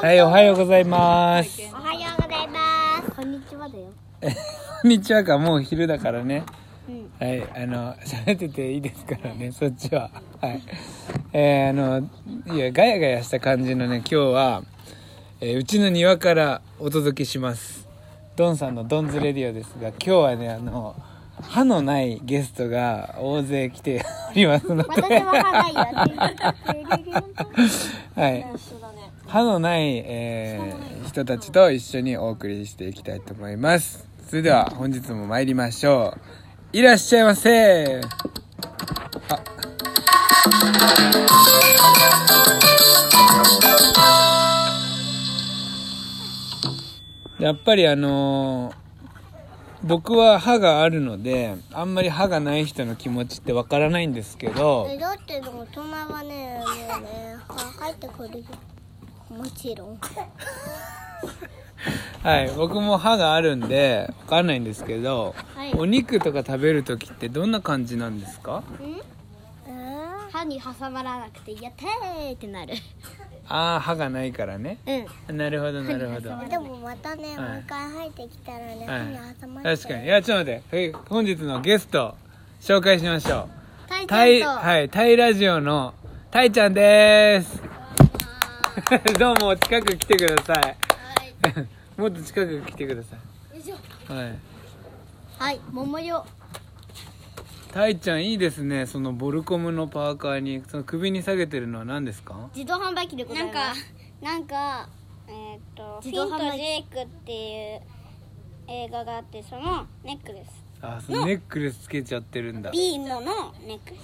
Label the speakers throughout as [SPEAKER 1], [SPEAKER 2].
[SPEAKER 1] はい、おはようございます。
[SPEAKER 2] おはようございます。こんにちはだよ。
[SPEAKER 1] こんにちはか、もう昼だからね。
[SPEAKER 2] うん。
[SPEAKER 1] はい、あの、喋ってていいですからね、そっちは。はい。えー、あの、いや、ガヤガヤした感じのね、今日は、えーうちの庭からお届けします。ドンさんのドンズレディオですが、今日はね、あの、歯のないゲストが大勢来ておりますの
[SPEAKER 2] 私
[SPEAKER 1] で、
[SPEAKER 2] は歯 ないよね。
[SPEAKER 1] はい。歯のない、えー人たちと一緒にお送りしていきたいと思いますそれでは本日も参りましょういらっしゃいませやっぱりあのー僕は歯があるのであんまり歯がない人の気持ちってわからないんですけど
[SPEAKER 2] え、だってでも大人はね、もうね、歯入ってくるよ。もちろん。
[SPEAKER 1] はい、僕も歯があるんで分かんないんですけど、
[SPEAKER 2] はい
[SPEAKER 1] お肉とか食べる時ってどんな感じなんですか
[SPEAKER 2] 歯に挟まらなくて、やってーってなる。
[SPEAKER 1] ああ歯がないからね
[SPEAKER 2] うん。
[SPEAKER 1] なるほどなるほど、
[SPEAKER 2] でもまたね、
[SPEAKER 1] はい
[SPEAKER 2] もう一回入ってきたらね、歯に
[SPEAKER 1] は
[SPEAKER 2] 挟ま
[SPEAKER 1] い、
[SPEAKER 2] れて。
[SPEAKER 1] 確かにいやちょっと待ってはい本日のゲスト紹介しましょうタ
[SPEAKER 2] タイ
[SPEAKER 1] イ,、
[SPEAKER 2] ちゃんと。
[SPEAKER 1] はい、タイラジオのタイちゃんです どうも近く来てください もっと近く来てくださいはい
[SPEAKER 2] はい、桃よ。
[SPEAKER 1] タイちゃんいいですねそのボルコムのパーカーにその首に下げてるのは何ですか
[SPEAKER 2] 自動販売機でございます。
[SPEAKER 3] なんかえっ、とフィ
[SPEAKER 2] 自動
[SPEAKER 3] ン
[SPEAKER 2] 販
[SPEAKER 3] と
[SPEAKER 2] 売機
[SPEAKER 3] ジェイクっていう映画があってそのネックレス
[SPEAKER 1] あそのネックレスつけちゃってるんだ
[SPEAKER 3] ビームのネックレス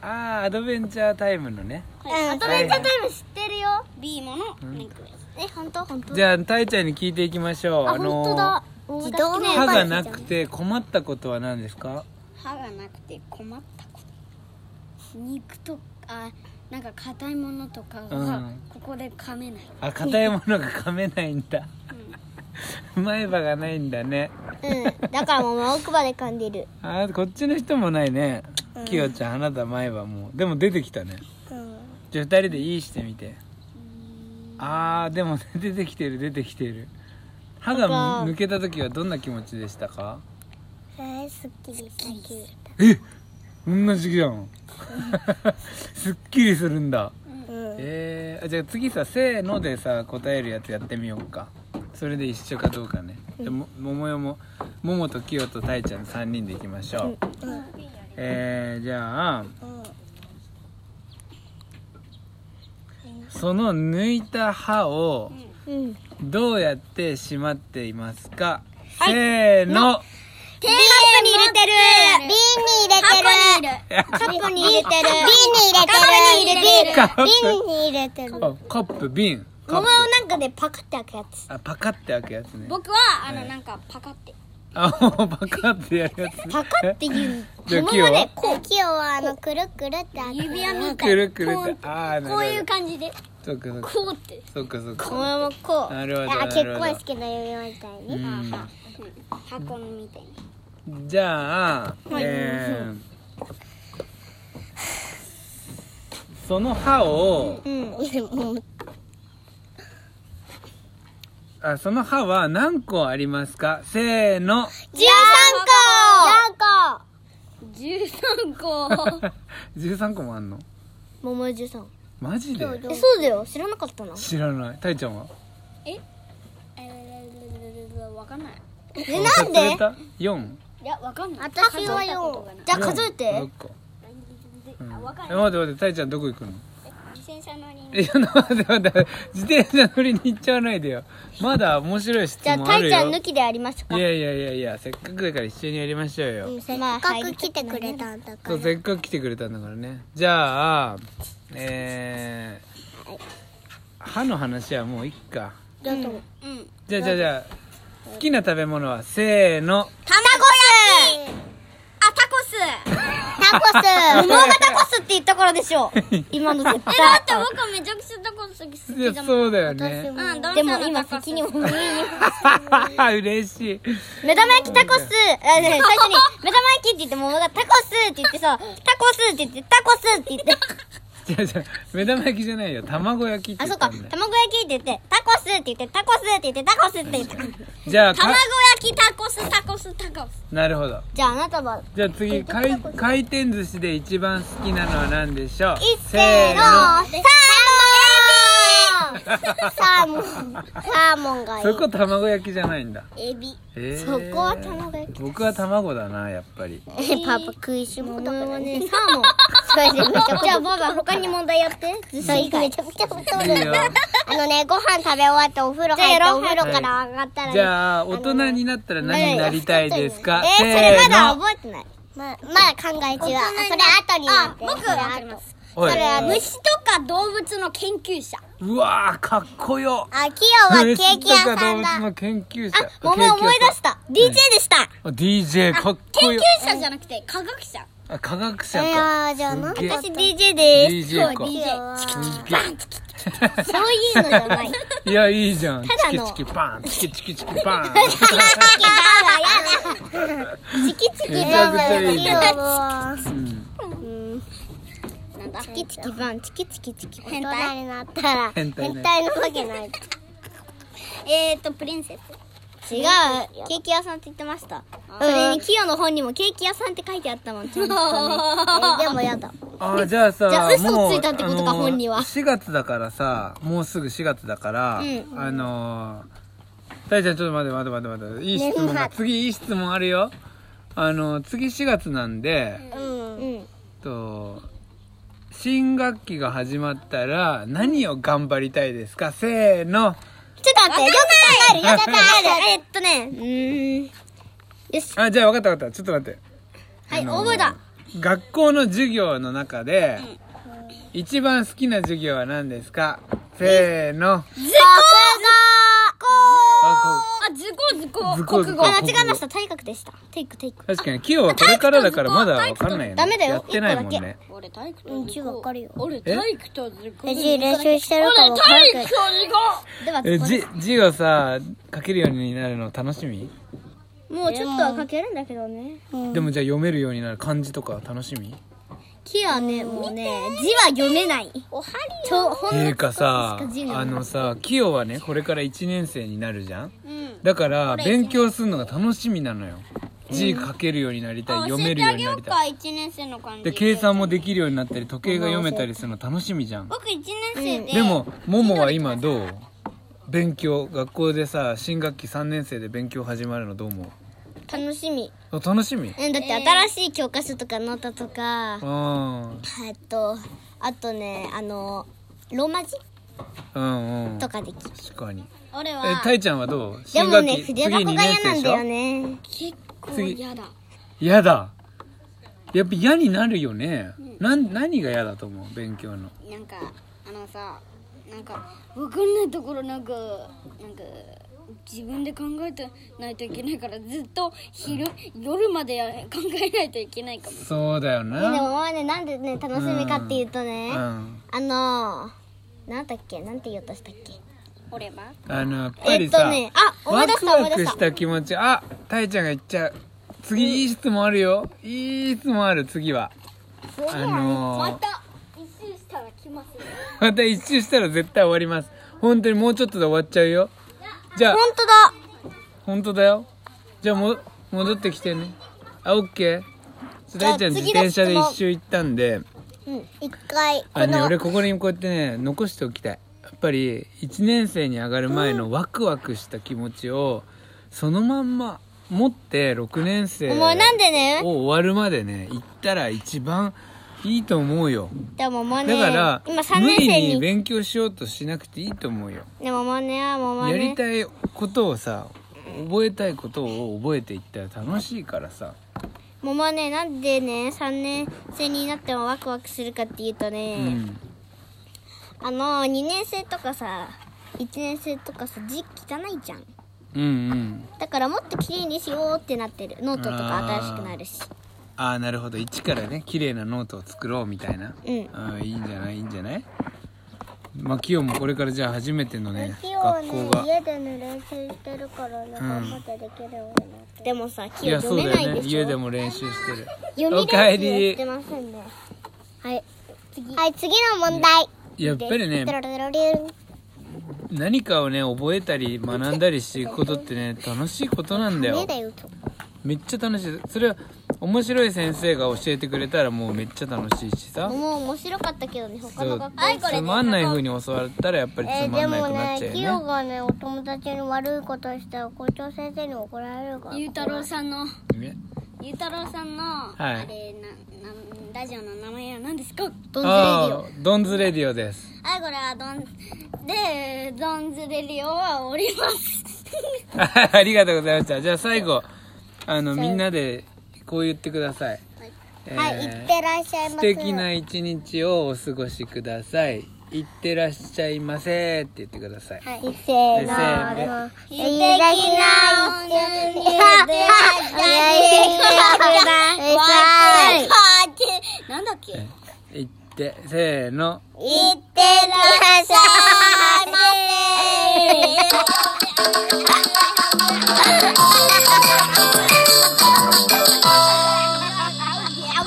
[SPEAKER 1] あーアドベンチャータイムのね
[SPEAKER 2] うん、アドベンチャータイム知ってるよ。
[SPEAKER 3] ビームのネックレス、
[SPEAKER 2] え、本当本当
[SPEAKER 1] じゃあタイちゃんに聞いていきましょうあのー
[SPEAKER 2] 自動販売機
[SPEAKER 1] 歯がなくて困ったことは何ですか
[SPEAKER 3] 歯がなくて困ったこと肉とかあなんか硬いものとか
[SPEAKER 1] う
[SPEAKER 3] が
[SPEAKER 1] ん
[SPEAKER 3] ここで噛めない、
[SPEAKER 1] あ硬いものが噛めないんだ前歯がないんだね
[SPEAKER 2] うん、だからもう奥歯で噛んでる。
[SPEAKER 1] あーこっちの人もないねきよちゃんあなた前歯もうでも出てきたね
[SPEAKER 2] うん。
[SPEAKER 1] じゃあ2人でいいしてみてあーでもね出てきてる出てきてる歯が
[SPEAKER 2] パパ
[SPEAKER 1] 抜けた時はどんな気持ちでしたか
[SPEAKER 2] えー、すっきりすっきり。
[SPEAKER 1] え同じじゃん すっきりするんだ
[SPEAKER 2] うん。
[SPEAKER 1] えー、あじゃあ次さ「せーの」でさ答えるやつやってみようかそれで一緒かどうかねじゃあも桃代もももときよとたいちゃんの3人でいきましょう、えー、じゃあその抜いた歯を
[SPEAKER 2] うん。
[SPEAKER 1] どうやってしまっていますか、せーの
[SPEAKER 2] テープに入れてる瓶に入れてるカップに入れてる瓶に入れてる
[SPEAKER 1] カップ
[SPEAKER 2] 瓶に入れてる
[SPEAKER 1] あカップ瓶カッ
[SPEAKER 2] 桃
[SPEAKER 1] プ
[SPEAKER 2] なんかでパカって開くやつ。
[SPEAKER 1] あパカって開くやつね
[SPEAKER 3] 僕はあのなんかパカって
[SPEAKER 1] あもうパカってやるやつね
[SPEAKER 2] パカっていう。
[SPEAKER 1] じゃあ
[SPEAKER 2] 桃
[SPEAKER 1] キヨ
[SPEAKER 2] は
[SPEAKER 1] は
[SPEAKER 2] ね、こう。キヨはあの、くるくるって開く。
[SPEAKER 3] 指輪みた
[SPEAKER 1] く
[SPEAKER 3] いな
[SPEAKER 1] るくるってあーなるほど
[SPEAKER 3] こういう感じで
[SPEAKER 1] そっかそっか
[SPEAKER 3] こうって
[SPEAKER 1] そっかそっか
[SPEAKER 2] 桃もこう。
[SPEAKER 1] なるほど
[SPEAKER 2] あ、
[SPEAKER 1] な
[SPEAKER 2] 結
[SPEAKER 1] るほど
[SPEAKER 2] 婚式の指輪みたいに。
[SPEAKER 1] うん
[SPEAKER 3] 箱みたいに
[SPEAKER 1] じゃあ、えーその歯を
[SPEAKER 2] うん。
[SPEAKER 1] あその歯は何個ありますかせーの
[SPEAKER 2] 十三個
[SPEAKER 3] 13個
[SPEAKER 1] 13個もあんの
[SPEAKER 2] 桃十三。
[SPEAKER 1] マジで
[SPEAKER 2] え、そうだよ。知らなかったな。
[SPEAKER 1] 知らないたいちゃんは
[SPEAKER 3] えーわかんない
[SPEAKER 2] え、なんで
[SPEAKER 1] 忘れた ?4
[SPEAKER 3] いや、わかんない。
[SPEAKER 2] 私はよ。じゃあ数えて。
[SPEAKER 1] 個
[SPEAKER 3] あ、わかん
[SPEAKER 1] え
[SPEAKER 3] ない。
[SPEAKER 1] 待って待ってたいちゃんどこ行くの
[SPEAKER 3] 自転車乗りに。
[SPEAKER 1] いや待って待って自転車乗りに行っちゃわないでよまだ面白い質
[SPEAKER 2] じゃあ、
[SPEAKER 1] 問あ
[SPEAKER 2] た
[SPEAKER 1] る
[SPEAKER 2] い
[SPEAKER 1] よ
[SPEAKER 2] ちゃん抜きでやりましょうか
[SPEAKER 1] い。やいやいやいやせっかくだから一緒にやりましょうよ、
[SPEAKER 2] うんせっかく来てくれたんだか
[SPEAKER 1] そう
[SPEAKER 2] ら。
[SPEAKER 1] せっかく来てくれたんだからねじゃあえー歯の話はもういっか
[SPEAKER 2] どうぞ
[SPEAKER 3] うん。
[SPEAKER 1] じゃあじゃあじゃあ好きな食べ物はせーの
[SPEAKER 2] 卵焼き
[SPEAKER 3] あ、タコス
[SPEAKER 2] タコス桃がタコスって言ったからでしょ。今の絶
[SPEAKER 3] え、だ
[SPEAKER 2] 対
[SPEAKER 3] っ。て僕めちゃくちゃタコス好き好
[SPEAKER 1] い
[SPEAKER 3] き
[SPEAKER 1] や
[SPEAKER 3] だもん。
[SPEAKER 1] そうだよね
[SPEAKER 3] うんどう
[SPEAKER 2] で
[SPEAKER 3] せ
[SPEAKER 2] も
[SPEAKER 3] なら
[SPEAKER 2] 今
[SPEAKER 3] タコス
[SPEAKER 2] 責任を負え
[SPEAKER 1] 嬉しい
[SPEAKER 2] 目玉焼きタコス、あね最初に、目玉焼きって言って、桃がタコスって言ってさ、タコスって言って、タコスって言って、
[SPEAKER 1] 違う違う目玉焼きじゃないよ卵焼きって
[SPEAKER 2] あ、そ
[SPEAKER 1] 言
[SPEAKER 2] っ
[SPEAKER 1] った
[SPEAKER 2] か。
[SPEAKER 1] んだよ
[SPEAKER 2] 卵焼きって言って、タコスって言って、タコスって言って、タコスって言って。
[SPEAKER 1] じゃあか
[SPEAKER 3] 卵焼きタコスタコスタコス
[SPEAKER 1] なるほど
[SPEAKER 2] じゃああなたは、
[SPEAKER 1] じゃあ次回回転寿司で一番好きなのは何でしょう
[SPEAKER 2] いっせーの、サーモンサーモンサーモンがいい
[SPEAKER 1] そ。こ卵焼きじゃないんだ
[SPEAKER 3] エビ
[SPEAKER 1] えー
[SPEAKER 2] そこは卵焼
[SPEAKER 1] 僕は卵だなやっ ぱり
[SPEAKER 2] き。 パパ食いしん坊だからね。
[SPEAKER 3] サーモン
[SPEAKER 2] じゃあ、ババ、他に問題やって。ずさいめちゃくちゃ太
[SPEAKER 1] い
[SPEAKER 2] る。
[SPEAKER 1] いよ
[SPEAKER 2] あのね、ご飯食べ終わってお風呂入って、お風呂から上がったらね。
[SPEAKER 1] じゃあ大人になったら何になりたいですか
[SPEAKER 2] えー、それまだ覚えてない。ま、まだ考え中。それ後になっ
[SPEAKER 3] あ
[SPEAKER 2] て。
[SPEAKER 3] 僕
[SPEAKER 2] それ
[SPEAKER 3] わかり
[SPEAKER 2] 後
[SPEAKER 3] ます
[SPEAKER 1] おい
[SPEAKER 2] それあの
[SPEAKER 3] 虫とか動物の研究者
[SPEAKER 1] うわーかっこよ
[SPEAKER 2] あ、キヨはケーキ屋さん
[SPEAKER 1] 動物
[SPEAKER 2] だ。
[SPEAKER 1] の研究者
[SPEAKER 2] あ、ごめん思い出した。DJ でした。
[SPEAKER 1] た DJ かっこ
[SPEAKER 3] 研
[SPEAKER 1] よ
[SPEAKER 3] 究者じゃなくて科学者
[SPEAKER 1] あ科学者
[SPEAKER 2] い
[SPEAKER 1] か
[SPEAKER 2] やーじゃあな。
[SPEAKER 1] すっげえ
[SPEAKER 2] 私 DJ です。
[SPEAKER 1] DJ
[SPEAKER 2] そ
[SPEAKER 1] か
[SPEAKER 2] う DJ は
[SPEAKER 1] すげえ
[SPEAKER 2] そういうのじゃない。
[SPEAKER 1] いやいいじゃんチ
[SPEAKER 2] だ
[SPEAKER 1] キ
[SPEAKER 2] の
[SPEAKER 1] チキパンチキチキチキ パン
[SPEAKER 2] チキチキ
[SPEAKER 1] めちゃくちゃいいね
[SPEAKER 2] キヨは
[SPEAKER 1] うん
[SPEAKER 3] なんだ
[SPEAKER 2] チキチキバン、チキチキチキ。
[SPEAKER 3] 変態
[SPEAKER 2] 大人になったら、変
[SPEAKER 1] 変態
[SPEAKER 2] 態
[SPEAKER 1] ね
[SPEAKER 2] のわけない。違う。
[SPEAKER 3] えーとプリンセス
[SPEAKER 2] ケーキ屋さんって言ってました。それにキヨの本にもケーキ屋さんって書いてあった もん、ちゃんとね。えでもやだ。
[SPEAKER 1] あじゃあさ
[SPEAKER 2] じゃあ嘘を
[SPEAKER 1] もう
[SPEAKER 2] ついたってことか
[SPEAKER 1] あのー
[SPEAKER 2] 本人は
[SPEAKER 1] 4月だからさもうすぐ4月だから、あのー大ちゃんちょっと待って待って待って待っていい質問が次いい質問あるよあのー次4月なんで、
[SPEAKER 2] うん。うん。
[SPEAKER 1] と新学期が始まったら何を頑張りたいですかせーの
[SPEAKER 2] ちょっと待って、よく考える、よく考える。えっとね、
[SPEAKER 1] あじゃあ分かった分かったちょっと待って
[SPEAKER 3] はい応募だ
[SPEAKER 1] 学校の授業の中で、一番好きな授業は何ですかせーの
[SPEAKER 2] 図工
[SPEAKER 1] あ
[SPEAKER 3] あ図工図工
[SPEAKER 1] 図
[SPEAKER 3] 国
[SPEAKER 1] 工
[SPEAKER 3] 語
[SPEAKER 1] 図工
[SPEAKER 2] あ、間違えました、体育でした。体育、体育。
[SPEAKER 1] 確かにキヨはこれからだからまだ分かんないよね
[SPEAKER 2] ダメだよ
[SPEAKER 1] やってないもん
[SPEAKER 2] 一個だ
[SPEAKER 1] ね
[SPEAKER 3] 俺体育
[SPEAKER 2] うん字わかるよ
[SPEAKER 3] 俺体育と図工
[SPEAKER 2] え字練習してるから
[SPEAKER 3] 俺
[SPEAKER 2] わかる
[SPEAKER 3] 体
[SPEAKER 2] けど
[SPEAKER 3] 育と図工
[SPEAKER 2] では、
[SPEAKER 1] え字字をさ書けるようになるの楽しみ、
[SPEAKER 2] もうちょっとは書けるんだけどね。
[SPEAKER 1] でもじゃあ読めるようになる漢字とか楽しみ
[SPEAKER 2] 木はね、もうね、字は読めない。
[SPEAKER 3] おはり
[SPEAKER 2] ちょ、ほ
[SPEAKER 1] て
[SPEAKER 2] ん
[SPEAKER 1] い
[SPEAKER 2] の
[SPEAKER 1] うかさ
[SPEAKER 2] ちょっとしか字
[SPEAKER 1] あ
[SPEAKER 2] がない
[SPEAKER 1] のさキヨはねこれから1年生になるじゃん
[SPEAKER 3] うん
[SPEAKER 1] だから勉強するのが楽しみなのよ字書けるようになりたい、
[SPEAKER 3] あ
[SPEAKER 1] 読めるようになりたい
[SPEAKER 3] 教えてあげようか1年生の感じ
[SPEAKER 1] で計算もできるようになったり時計が読めたりするの楽しみじゃん
[SPEAKER 3] 僕1年生で
[SPEAKER 1] でもももは今どう勉強学校でさ新学期3年生で勉強始まるのどう思
[SPEAKER 2] 楽しみ。
[SPEAKER 1] うあ楽しみ
[SPEAKER 2] うん、だって新しい教科書とかノートとか、
[SPEAKER 1] あ
[SPEAKER 2] えっと、あとね、あの、ローマ字
[SPEAKER 1] ーうんうん
[SPEAKER 2] とかできる。
[SPEAKER 1] 確かに
[SPEAKER 3] 俺
[SPEAKER 1] え
[SPEAKER 3] は
[SPEAKER 1] たいちゃんはどう
[SPEAKER 2] で
[SPEAKER 1] 新
[SPEAKER 2] も
[SPEAKER 1] 学
[SPEAKER 2] ね、
[SPEAKER 1] 期
[SPEAKER 2] 筆
[SPEAKER 1] 次
[SPEAKER 2] 箱
[SPEAKER 1] 2
[SPEAKER 2] が
[SPEAKER 1] 年
[SPEAKER 2] 嫌
[SPEAKER 1] 生
[SPEAKER 2] な
[SPEAKER 1] で
[SPEAKER 2] ん
[SPEAKER 1] し
[SPEAKER 2] だよ
[SPEAKER 1] ょ
[SPEAKER 2] ね。
[SPEAKER 3] 結構
[SPEAKER 1] 次
[SPEAKER 3] 嫌だ
[SPEAKER 1] 嫌だやっぱ嫌になるよね、なん何が嫌だと思う勉強の
[SPEAKER 3] なんかあのさなんかわかんないところなんかなんか自分で考えてないといけないからずっと昼夜までや考えないといけないかも
[SPEAKER 1] そうだ
[SPEAKER 2] で
[SPEAKER 1] よ
[SPEAKER 2] も
[SPEAKER 1] な、
[SPEAKER 2] まあね、なんでね、楽しみかっていうとね、
[SPEAKER 1] うん、
[SPEAKER 2] あのー、なんだっけなんて言おうとしたっけ
[SPEAKER 3] 俺は
[SPEAKER 1] あのやっぱ
[SPEAKER 2] え
[SPEAKER 1] り
[SPEAKER 2] っと
[SPEAKER 1] さ、
[SPEAKER 2] ね、あ、思
[SPEAKER 1] ワ
[SPEAKER 2] い出し
[SPEAKER 1] ク
[SPEAKER 2] た思
[SPEAKER 1] ワ
[SPEAKER 2] い出
[SPEAKER 1] ク
[SPEAKER 2] し。
[SPEAKER 1] したた気持ちあたいちゃんが言っちゃう次いい質問あるよいい質問ある次はあのー、
[SPEAKER 3] た一周したら来ますね
[SPEAKER 1] また一周したら絶対終わります本当にもうちょっとで終わっちゃうよじゃあ
[SPEAKER 2] 本当だ
[SPEAKER 1] 本当だよじゃあも戻ってきてねあオッケー
[SPEAKER 2] じゃ
[SPEAKER 1] 大
[SPEAKER 2] あ
[SPEAKER 1] ちゃん自
[SPEAKER 2] 次の
[SPEAKER 1] 転
[SPEAKER 2] 質
[SPEAKER 1] 車
[SPEAKER 2] 問
[SPEAKER 1] で一周行ったんで
[SPEAKER 2] うん、一回、こ
[SPEAKER 1] あのね
[SPEAKER 2] の、
[SPEAKER 1] 俺ここにこうやってね残しておきたいやっぱり1年生に上がる前のワクワクした気持ちをそのまんま持って6年生
[SPEAKER 2] お前なんでね
[SPEAKER 1] を終わるまでね行ったら一番いいと思うよ
[SPEAKER 2] でももう
[SPEAKER 1] だ
[SPEAKER 2] ね、
[SPEAKER 1] から、
[SPEAKER 2] 今3
[SPEAKER 1] 無
[SPEAKER 2] 年
[SPEAKER 1] 理
[SPEAKER 2] 生
[SPEAKER 1] に
[SPEAKER 2] に、
[SPEAKER 1] 勉強しようとしなくていいと思うよ
[SPEAKER 2] でももうね、もうもう
[SPEAKER 1] やり
[SPEAKER 2] ね、
[SPEAKER 1] たいことをさ覚えたいことを覚えていったら楽しいからさ
[SPEAKER 2] もうもうね、なんでね、3年生になってもワクワクするかっていうと
[SPEAKER 1] う
[SPEAKER 2] ね、
[SPEAKER 1] ん
[SPEAKER 2] あの、2年生とかさ、1年生とかさ、字汚いじゃん。
[SPEAKER 1] うんうん
[SPEAKER 2] だからもっと綺麗にしようってなってる。ノートとか
[SPEAKER 1] あー
[SPEAKER 2] 新しくなるし。
[SPEAKER 1] ああなるほど一からね綺麗なノートを作ろうみたいな
[SPEAKER 2] うん
[SPEAKER 1] あーいいんじゃないいいんじゃないまあキヨもこれからじゃあ初めてのね学校が
[SPEAKER 2] でね、練習してるからね、
[SPEAKER 1] 頑張
[SPEAKER 2] ってできるようになって。でもさ、
[SPEAKER 1] い
[SPEAKER 2] キヨ
[SPEAKER 1] やそ
[SPEAKER 2] 読
[SPEAKER 1] う
[SPEAKER 2] め
[SPEAKER 1] だ
[SPEAKER 2] ない
[SPEAKER 1] よね
[SPEAKER 2] でしょ
[SPEAKER 1] 家でも練習してる
[SPEAKER 2] 読み
[SPEAKER 1] おかえ
[SPEAKER 2] 練習
[SPEAKER 1] り
[SPEAKER 2] やってませんね。はい。
[SPEAKER 3] 次
[SPEAKER 2] はい、次の問題。
[SPEAKER 1] やっぱりね
[SPEAKER 2] テロテロリュン
[SPEAKER 1] 何かをね覚えたり学んだりしていくことってね楽しいことなんだ
[SPEAKER 2] 目
[SPEAKER 1] よ
[SPEAKER 2] だよと。
[SPEAKER 1] めっちゃ楽しいそれは面白い先生が教えてくれたらもうめっちゃ楽しいしさ
[SPEAKER 2] もう面白かったけどね、他
[SPEAKER 1] そ
[SPEAKER 2] の
[SPEAKER 1] う
[SPEAKER 2] 学校。
[SPEAKER 1] つまんない風に教わったらやっぱり
[SPEAKER 2] えー、
[SPEAKER 1] つま
[SPEAKER 2] で
[SPEAKER 1] んない
[SPEAKER 2] も
[SPEAKER 1] くなっ
[SPEAKER 2] ね
[SPEAKER 1] ちゃ、う
[SPEAKER 2] キ
[SPEAKER 1] よ
[SPEAKER 2] ヨ
[SPEAKER 1] ね
[SPEAKER 2] がね、お友達に悪いことをしたら校長先生に怒られるから。
[SPEAKER 3] ゆうたろうさんの
[SPEAKER 1] ね
[SPEAKER 3] ゆうたろうさんの、
[SPEAKER 1] い
[SPEAKER 3] あれななラジオの名前は何ですか
[SPEAKER 2] ドンズレディ
[SPEAKER 1] あ
[SPEAKER 2] オ。
[SPEAKER 1] あドンズレディオです
[SPEAKER 3] はいこれはドンでドンズレリオはおります
[SPEAKER 1] ありがとうございましたじゃあ最後あのみんなでこう言ってください、えー
[SPEAKER 2] はい、いってらっしゃいませ。
[SPEAKER 1] 素敵な一日をお過ごしくださいいってらっしゃいませって言ってください、
[SPEAKER 2] はい、せーの。
[SPEAKER 1] せーの
[SPEAKER 2] いってらっしゃいませ。いってらっしゃいま
[SPEAKER 3] なんだっけ
[SPEAKER 1] いってせーの
[SPEAKER 2] せ。いってらっしゃいませ。